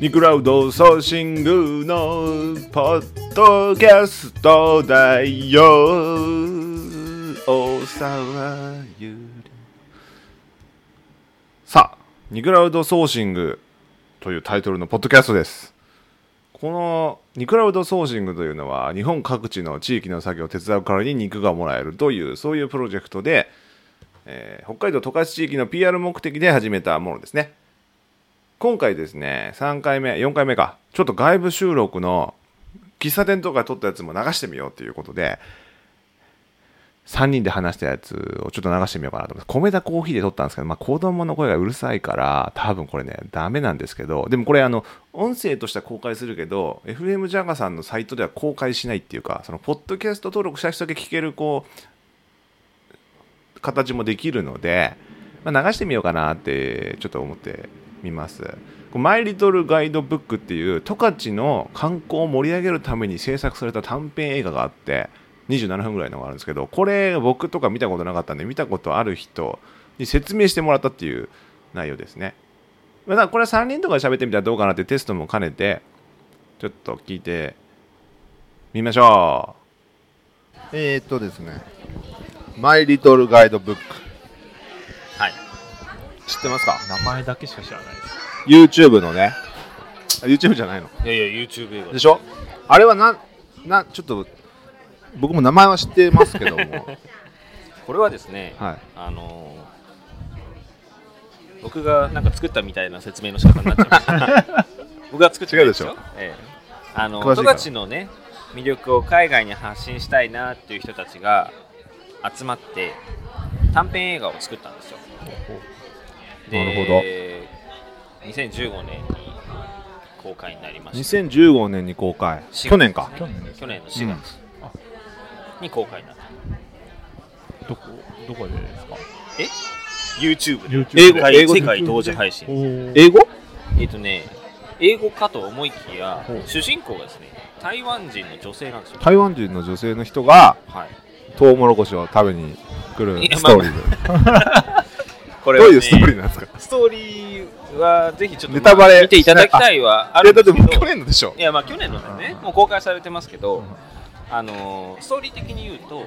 ニクラウドソーシングのポッドキャストだよ大沢ゆりさあニクラウドソーシングというタイトルのポッドキャストですこのニクラウドソーシングというのは日本各地の地域の作業を手伝う代わりに肉がもらえるというそういうプロジェクトで、えー北海道十勝地域の PR 目的で始めたものですね今回ですね3回目4回目かちょっと外部収録の喫茶店とかで撮ったやつも流してみようということで3人で話したやつをちょっと流してみようかなと思います米田コーヒーで撮ったんですけど、まあ、子供の声がうるさいから多分これねダメなんですけどでもこれあの音声としては公開するけど FM ジャガさんのサイトでは公開しないっていうかそのポッドキャスト登録した人だけ聞けるこう形もできるので、まあ、流してみようかなってちょっと思ってみますこうマイリトルガイドブックっていう十勝の観光を盛り上げるために制作された短編映画があって27分ぐらいのがあるんですけどこれ僕とか見たことなかったんで見たことある人に説明してもらったっていう内容ですねまあだからこれは3人とかで喋ってみたらどうかなってテストも兼ねてちょっと聞いてみましょえー、っとですね、マイリトルガイドブック。はい。知ってますか名前だけしか知らないです ?YouTube のね、あ YouTube じゃないのいやいや YouTube 映でしょあれはな、な、ちょっと、僕も名前は知ってますけども、これはですね、はい。あのー僕がなんか作ったみたいな説明の仕方になっちゃいました 僕が作ったんですよ違うでええあの詳し十いから勝のね魅力を海外に発信したいなっていう人たちが集まって短編映画を作ったんですよでなる2015年に公開になりました2015年に公開、 4月去年か。ですね去年の4月に公開になった、どこどこでですかえ YouTube で YouTube 英語英語世界同時配信え英語えっ、とね、英語かと思いきやほう、主人公がですね、台湾人の女性なんですよ。台湾人の女性の人がはい。トウモロコシを食べに来るいやストーリーで。こどういうストーリーなんですかストーリーはぜひちょっとネタバレ見ていただきたいはあいや、るんだでってすけもうど、去年のでしょい。やまあ去年のだね、もう公開されてますけど、あのーストーリー的に言うと、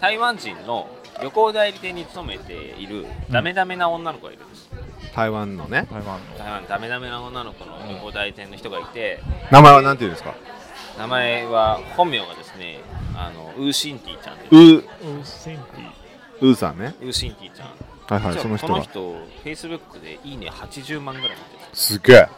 台湾人の旅行代理店に勤めているダメダメな女の子がいるんです。台湾のね。台湾台湾ダメダメな女の子の旅行代理店の人がいて、名前はなんていうんですか名前は本名がですね、あのウーシンティちゃんというう、うのセンテーさんね。ウーシンティちゃん。はいはい、その人このが。人、フェイスブックでいいね80万ぐらい持ってるすげえ。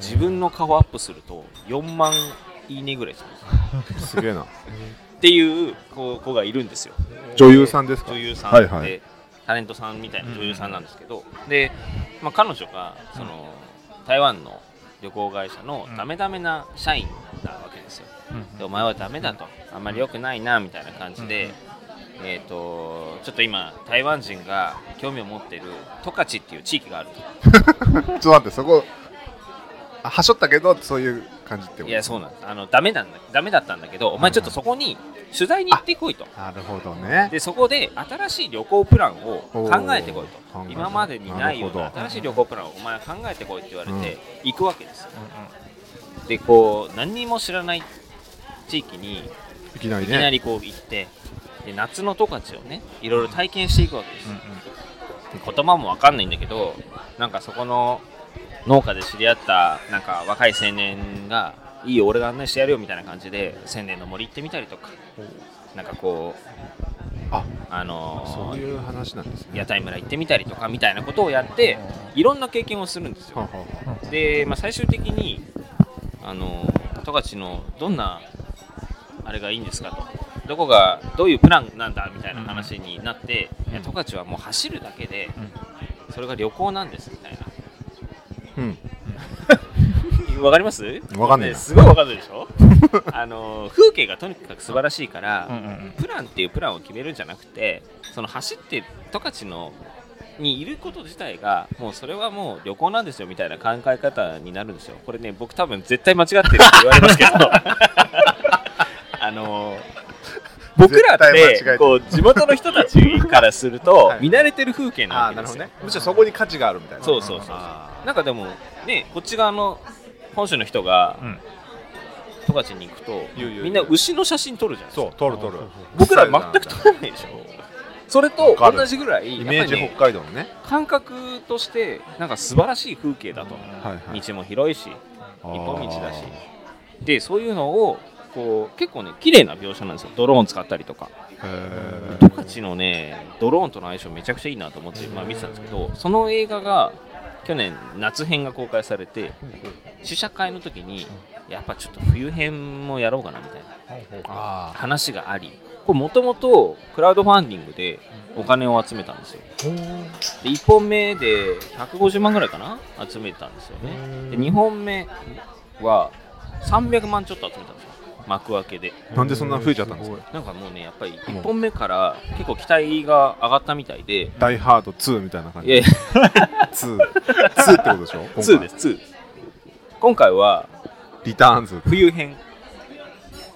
自分の顔アップすると4万いいねぐらいするすげえな。っていう子子がいるんですよ。女優さんですか女優さんはで、いはい。タレントさんみたいな女優さんなんですけど、で、まあ、彼女がその台湾の旅行会社のダメダメな社員なわけですよ。でお前はダメだとあんまり良くないなみたいな感じで、えー、とちょっと今台湾人が興味を持っている十勝っていう地域があるちょっと待って、そこ、あはしょったけど、そういう感じってこといやそうなんですあのダメなんだダメだったんだけどお前ちょっとそこに取材に行ってこいとなるほどね。でそこで新しい旅行プランを考えてこいおーと今までにないようなるなほど新しい旅行プランをお前は考えてこいって言われて行くわけですよ、ィでこう何にも知らない地域にいきなりいきなね。りこう行ってで夏の十勝をねいろいろ体験していくわけです、言葉もわかんないんだけどなんかそこの農家で知り合ったなんか若い青年が「いいよ俺が案内してやるよ」みたいな感じで千年の森行ってみたりとかなんかこうあのそういう話なんですね。屋台村行ってみたりとかみたいなことをやっていろんな経験をするんですよはあはあはで、まあ、最終的にあの十勝のどんなあれがいいんですかとどこがどういうプランなんだみたいな話になっていや十勝、はもう走るだけで、それが旅行なんですみたいあうん。なわかりますわかんねえなすごいわかんないで しょあの風景がとにかく素晴らしいから、プランっていうプランを決めるんじゃなくてその走って十勝のにいること自体がもうそれはもう旅行なんですよみたいな考え方になるんですよこれね僕多分絶対間違ってるって言わ れますけどあの僕ら絶っ対間違えててるこう地元の人たちからするとい見慣れてる風景なあわあ、けなでるほすどよね。むしろそこに価値があるみたいな。そうそうそうあなんかでもねこっち側の本州の人がうん十勝に行くと言う言うみんな牛の写真撮るじゃないですかそう撮る撮るそう僕ら全く撮らないでしょそれとわかる同じぐらいイメージやっぱ北海りね道のね感覚としてなんか素晴らしい風景だと、はいはい道も広い一し一本道だしでそういうのをこう結構ね綺麗な描写なんですよドローン使ったりとか十勝のねドローンとの相性めちゃくちゃいいなと思って、まあ、見てたんですけどその映画が去年夏編が公開されて試写会の時にやっぱちょっと冬編もやろうかなみたいなあ話がありこれもともとクラウドファンディングでお金を集めたんですよで1本目で150万ぐらいかな集めたんですよねで2本目は300万ちょっと集めたんですよ幕開けでなんでそんな増えちゃったんですかなんかもうねやっぱり1本目から結構期待が上がったみたいでダイハード2みたいな感いやいじや2 2ってことでしょ 今回2です2今回はリターンズ冬編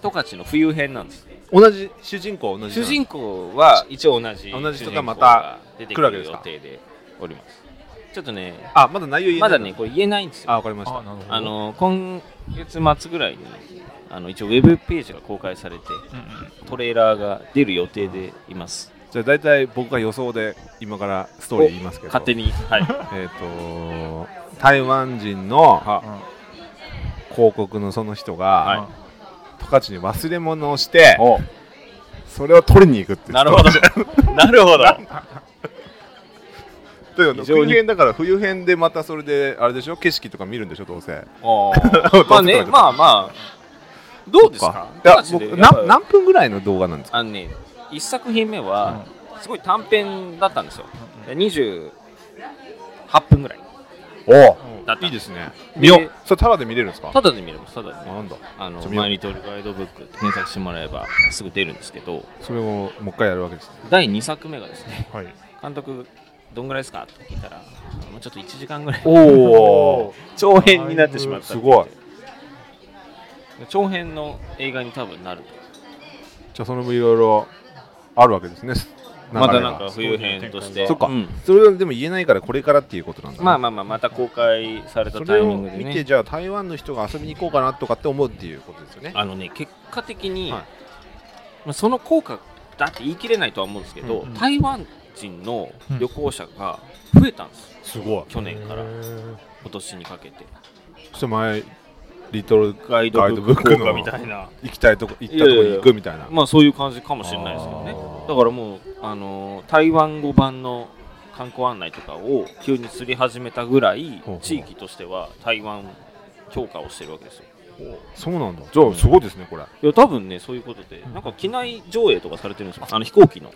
十勝の冬編なんです同じ主人公同じ主人公は一応同じ同じ人が主人公また出て来くるわけでるす予か定でおりますちょっとねあまだ内容言えなまいだねこれ言えないんですよあわかりましたあなるほどあの今月末ぐらいにあの一応ウェブページが公開されてうんうんトレーラーが出る予定でいますじゃあ大体僕が予想で今からストーリー言いますけど勝手にはいえっ、と台湾人のうん広告のその人はいが十勝、に忘れ物をしてそれを取りに行くっていうなるほど なるほどというの非常に冬編だから冬編でまたそれであれでしょ景色とか見るんでしょどうせおーまあねまあまあどうですかいや十勝僕でやっぱな何分ぐらいの動画なんですかあのね一作品目はすごい短編だったんですよで28分ぐらいおだったいいですねで見ようそれタダで見れるんですかただで見れますただで見れあますなんだあのちょマイリトルガイドブックって検索してもらえばすぐ出るんですけどそれをもう一回やるわけですね第2作目がですねはい監督どんぐらいですかって聞いたらもうちょっと1時間ぐらいおお長編になってしまったすごい長編の映画に多分なるとじゃあそれもいろいろあるわけですねま流たれがなんか冬編としてそっか、うんそれはでも言えないからこれからっていうことなんだねまあまあまあまた公開されたそタれイミをングで見て、ねじゃあ台湾の人が遊びに行こうかなとかって思うっていうことですよねあのね結果的に、はいまあ、その効果だって言い切れないとは思うんですけど、うんうん台湾人の旅行者が増えたんです、すごい去年から今年にかけてそして前リトルガイドブック効果みたいな行きたいとこ行ったとこに行くみたいなまあそういう感じかもしれないですけどねあーだからもう、あのー台湾語版の観光案内とかを急にすり始めたぐらいほうほう地域としては台湾強化をしてるわけですよそうなんだじゃあすごいですねこれいや多分ねそういうことでなんか機内上映とかされてるんですよあの飛行機の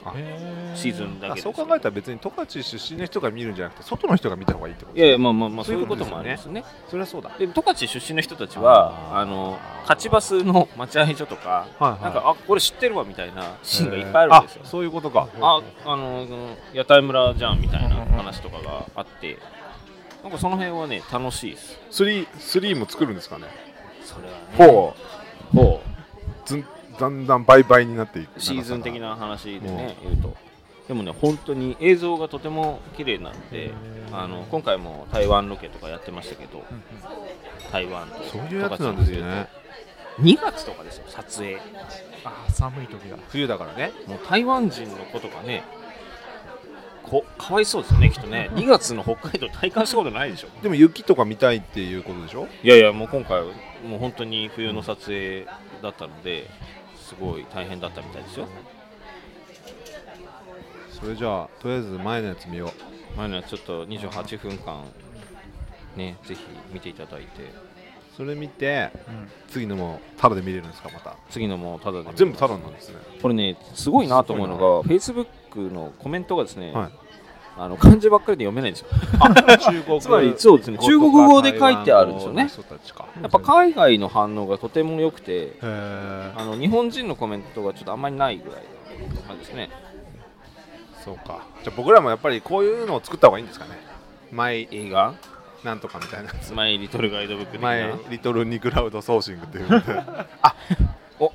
シーズンだけあですそう考えたら別に十勝出身の人が見るんじゃなくて外の人が見た方がいいってこといやいやまあまあまあそそうういいううここととですもよねありますねそりゃそうだで十勝出身の人たちはあーあの勝ちバスの待合所とかはいなんかかあこれ知ってるわみたいなシーンがいっぱいあるんですよそういうことかああのその屋台村じゃんみたいな話とかがあってなんかその辺はね楽しいですスリースリーも作るんですかねそれはほうほうずんだんだん倍々になっていくうシーズン的な話でね言うとでもね本当に映像がとても綺麗なんであの今回も台湾ロケとかやってましたけど台湾とそういうやつなんですよね2月とかですよ撮影あー寒い時だ冬だからねもう台湾人の子とかねこかわいそうですよねきっと ね2月の北海道体感したことないでしょでも雪とか見たいっていうことでしょいやいやもう今回もう本当に冬の撮影だったのですごい大変だったみたいですよそれじゃあとりあえず前のやつ見よ前のはちょっと28分間ねぜひ見ていただいてうそれ見てうん次のもタダで見れるんですかまた次のもただで全部タダなんですねこれねすごいなと思うのがフェイスブックのコメントがですね、はいあの漢字ばっかりで読めないんですよ中国つまりそうですね中国語で書いてあるんですよね人たちかやっぱ海外の反応がとても良くてへーあの日本人のコメントがちょっとあんまりないぐらいの感じですねそうかじゃあ僕らもやっぱりこういうのを作った方がいいんですかねマイ映画なんとかみたいな「スマイリトルガイドブック」的マイなリトルニクラウドソーシングっていうの であお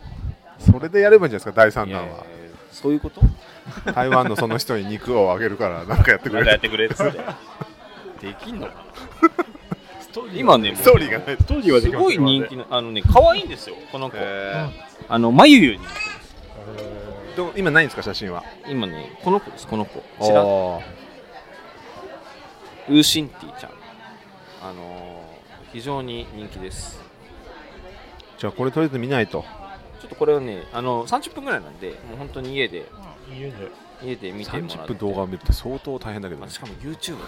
それでやればいいんじゃないですか第3いやい弾やいはやそういうこと台湾のその人に肉をあげるからなんかやってくなれんかやっるてくれっつってできんのかなス 今ねストーリーがないストーリーはですきまごすい人気のあのね可愛いんですよこの子えあの眉ゆになってますーど今ないんですか写真は今ねこの子ですこの子ちらおーウーシンティちゃんあのー非常に人気ですじゃあこれとりあえず見ないとちょっとこれはねあの30分ぐらいなんでもう本当に家で家で家で見てもら30って分動画を見るって相当大変だけどまあねしかも YouTube ですからね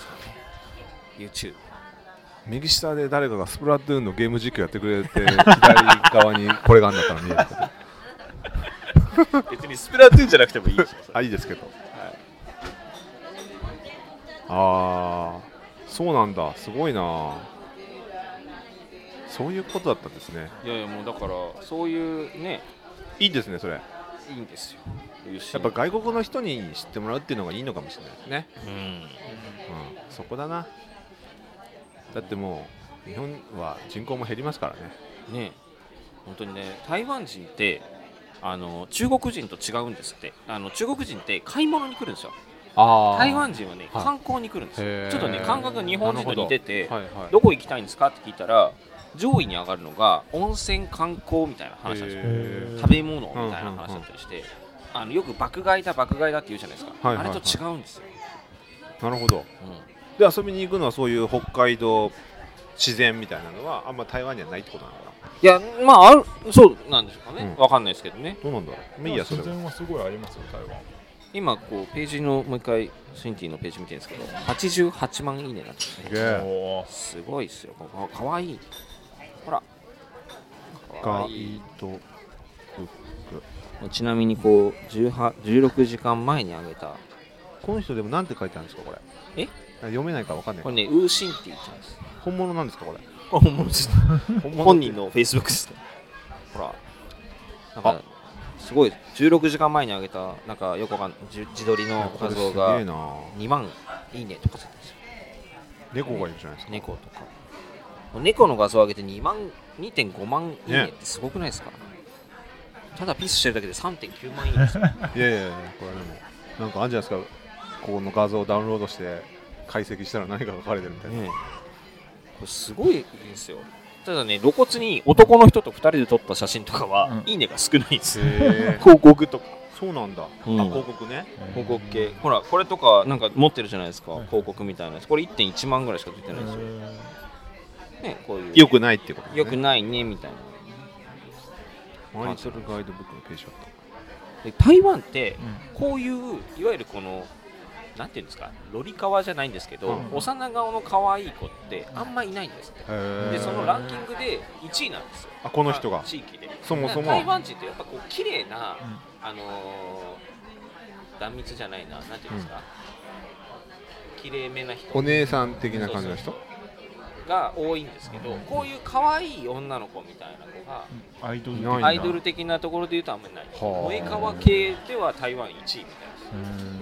YouTube 右下で誰かがスプラトゥーンのゲーム実況やってくれて左側にこれがあんだったら見える別にスプラトゥーンじゃなくてもいいでしょそれあいいですけど、ああそうなんだすごいなそういうことだったんですねいやいやもうだからそういうねいいですねそれやいいんですよっぱ外国の人に知ってもらうっていうのがいいのかもしれないですね、うんうん、そこだなだってもう日本は人口も減りますからねね本当にね台湾人ってあの中国人と違うんですってあの中国人って買い物に来るんですよあ台湾人はねはい観光に来るんですへーよちょっとね感覚が日本人と似ててはいはいどこ行きたいんですかって聞いたら上位に上がるのが温泉観光みたいな話なんですよへーー食べ物みたいな話だったりして、あのよく爆買いだ爆買いだって言うじゃないですか、はいはいはいあれと違うんですよ、なるほどう、で遊びに行くのはそういう北海道自然みたいなのはあんま台湾にはないってことなのかなんいやまああるそうなんでしょうかね、うんわかんないですけどねどうなんだろうまあいいやそれ自は然はすごいありますよ台湾今こうページのもう一回シンティのページ見てるんですけど88万いいねになってますねおーすごいですよかかわいいほらかわいいとちなみにこう18 16時間前にあげたこの人でもなんて書いてあるんですかこれえ読めないからわかんないこれねウーシンティちゃんです本物なんですかこれ 本物です本物本人のフェイスブックですねほらなんかすごい16時間前に上げたなんかよくわかんない自自撮りのこ画れす像げがえな2万いいねとかついてるんですよ猫がいるじゃないですか猫とか猫の画像を上げて2万2.5万いいねってすごくないですか、ただピースしてるだけで3.9万いい ねですよいやいやいやこれでもなんかあるじゃないですかここの画像をダウンロードして解析したら何か書かれてるみたいな、ねこれすごいですよただね露骨に男の人と2人で撮った写真とかは、うんいいねが少ないんですよへえ広告とかそうなんだ、うんあ広告ね広告系ほらこれとかなんか持ってるじゃないですか広告みたいなやつこれ1.1万ぐらいしか出てないですよ、ね、こういうよくないってこと、ね、よくないねみたいなマイトルガイドブックのページだっで台湾ってうこういういわゆるこのなんていうんですかロリカワじゃないんですけど、うん幼顔の可愛い子ってあんまいないんですってたへえでそのランキングで1位なんですよあこの人が地域でそもそも台湾人ってやっぱこう綺麗な、あのー断密じゃないななんていうんですか、綺麗めな人お姉さん的な感じの人が多いんですけど、こういう可愛い女の子みたいな子がんアイドル的ないんだアイドル的なところで言うとあんまりないあ萌え川系では台湾1位みた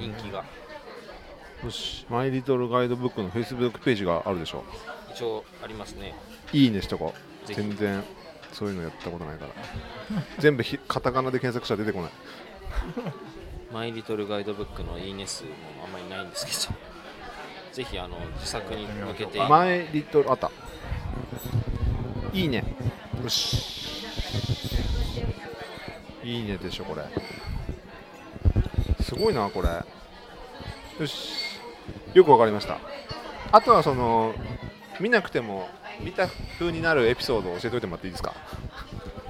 いな人気がよしマイリトルガイドブックのフェイスブックページがあるでしょ一応ありますねいいねしとこうぜひ全然そういうのやったことないから全部ひカタカナで検索したら出てこないマイリトルガイドブックのいいね数もあんまりないんですけど ぜひあの自作に向けてマイリトルあったいいねよしいいねでしょこれすごいなこれよしよくわかりましたあとはその見なくても見た風になるエピソードを教えておいてもらっていいですか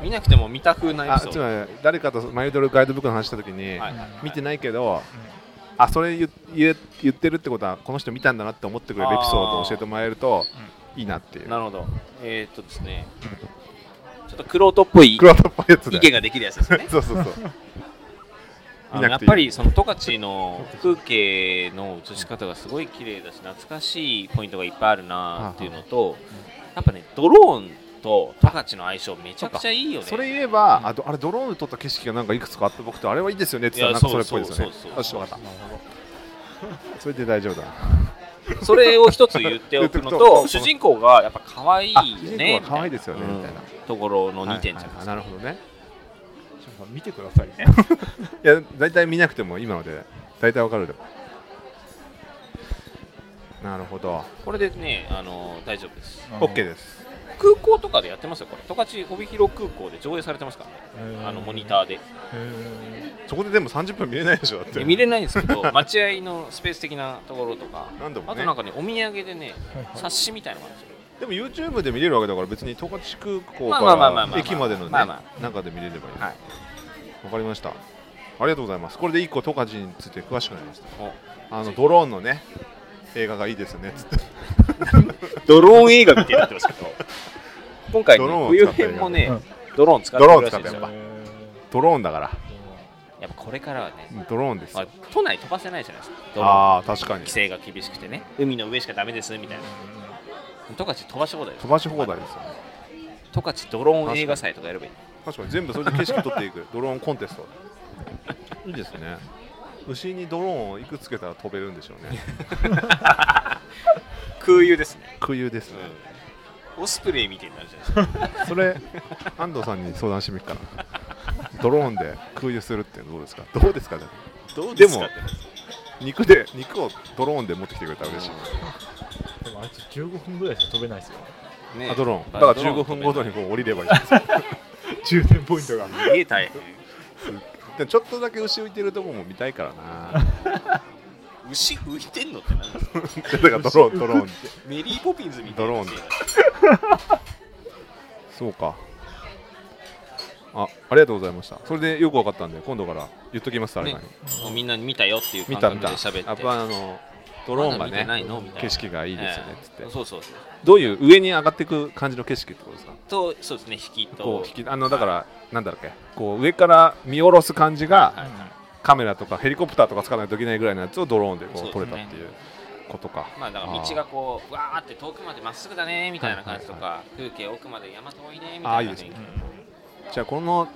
見なくても見た風なエあピソーつドまり誰かとマイルドルガイドブックの話した時に、はいはいはい見てないけど、あそれ言言え言ってるってことはこの人見たんだなって思ってくれるエピソードを教えてもらえるといいなっていうなるほどえー、っとですねちょっとクロートっぽいクロートっぽいやつで意見ができるやつですねそうそうそうあ見のやなくっていいぱりその十勝の風景の写し方がすごい綺麗だし懐かしいポイントがいっぱいあるなっていうのとやっぱねドローンと十勝の相性めちゃくちゃいいよねそれ言えばあとあれドローンで撮った景色がなんかいくつかあって僕とあれはいいですよねって言ったらいなやんかそれっぽいですよねそうそうそうよし分かったそれで大丈夫だそれを一つ言っておくの言っとくとと主人公がやっぱ可愛いよあね主人公は可愛いですよねみたみたいなうんところの2点じゃないはいですなかるほどねちょっと見てくださいねいや大体見なくても今ので大体わかるでなるほどこれでねあの大丈夫ですあの OK です空港とかでやってますよこれ十勝帯広空港で上映されてますからねへーあのモニターでへそこででも30分見れないでしょだっでて見れないんですけど 待合のスペース的なところとか何度もあねとなんかねお土産でねはいはい冊子みたいなのがあるんですよでも YouTube で見れるわけだから別に十勝空港まあまあまあまあかまらあ駅までのまあねま中で見れればいいはいわかりましたありがとうございますこれで1個十勝について詳しくなりましたおあのドローンのね映画がいいですよね つってドローン映画みたいになってますけど 今回、ねドローン、を冬使った映画編もねうんドローン使ってるらしいんですドロよーン使っやドローンだからっぱこれからはね、ドローンですまあよ、都内飛ばせないじゃないですかドローンああー確かに規制が厳しくてね海の上しかダメですみたいな十勝飛ばし放題です飛ばし放題ですよね十勝ドローン映画祭とかやればいい確かに全部それで景色撮っていく ドローンコンテストいいですね牛にドローンをいくつけたら飛べるんでしょう ね空輸ですね、空輸ですね、オスプレイみたいになるじゃないですかそれ安藤さんに相談してみっかなドローンで空輸するってどうですかどうですかねどうででもも肉で肉をドローンで持ってきてくれたら嬉しい、でもあいつ15分ぐらいしか飛べないですよねあドローンだから15分ごとにこう降りればいいんですよ充電ポイントがすげえ大変でちょっとだけ牛浮いてるとこも見たいからな牛浮いてんのってなんですだかからドローン ドローンってメリーポピンズみたドいなローンでそうかあありがとうございましたそれでよく分かったんで今度から言っときます誰かに、ねもうみんなに見たよっていう見感た覚見たで喋ってやっぱあのドローンがまだ見てなねいのみたいな景色がいいですよねっつって、ええそうそうそうどういう上に上がっていく感じの景色ってことですかとそうですね引きことう引きあのだからなんだろうっけこう上から見下ろす感じがはいカメラとかヘリコプターとか使わないといけないぐらいのやつをドローンでこうそ撮うれですたねっていうことかまあだから道がこうわーって遠くまでまっすぐだねみたいな感じとか風景奥まで山遠いねみあたーいいいなですねねじゃあこの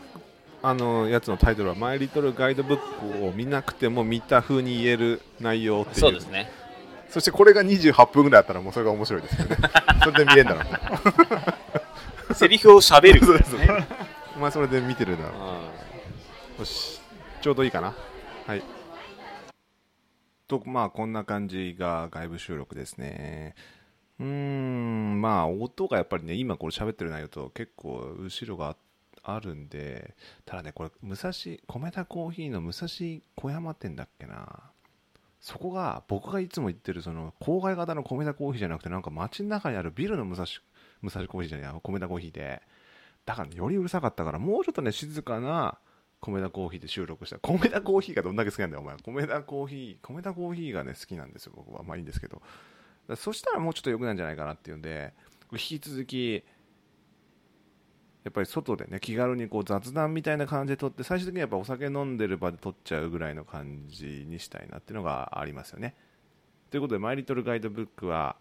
あのやつのタイトルは「マイ・リトル・ガイドブック」を見なくても見た風に言える内容っていうそうですねそしてこれが28分ぐらいあったらもうそれが面白いですよ ねそれで見れるんだろうなセリフを喋る そうそうお前それで見てるだろうよしちょうどいいかなはいとまあこんな感じが外部収録ですねうーんまあ音がやっぱりね今これ喋ってる内容と結構後ろがあるんでただねこれ武蔵米田コーヒーの武蔵小山店だっけなそこが僕がいつも行ってるその郊外型の米田コーヒーじゃなくてなんか街の中にあるビルの武蔵武蔵コーヒーじゃない米田コーヒーでだからねよりうるさかったからもうちょっとね静かな米田コーヒーで収録した米田コーヒーがどんだけ好きなんだよお前米田コーヒー米田コーヒーがね好きなんですよ僕はまあいいんですけどだからそしたらもうちょっと良くないんじゃないかなっていうんで引き続きやっぱり外でね気軽にこう雑談みたいな感じで撮って最終的にやっぱお酒飲んでる場で撮っちゃうぐらいの感じにしたいなっていうのがありますよねということで「マイ・リトル・ガイドブックは」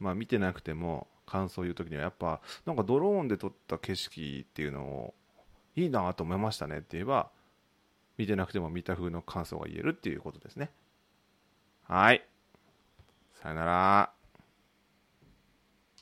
まあ、見てなくても感想を言う時にはやっぱなんかドローンで撮った景色っていうのをいいなと思いましたねって言えば見てなくても見た風の感想が言えるっていうことですねはいさよなら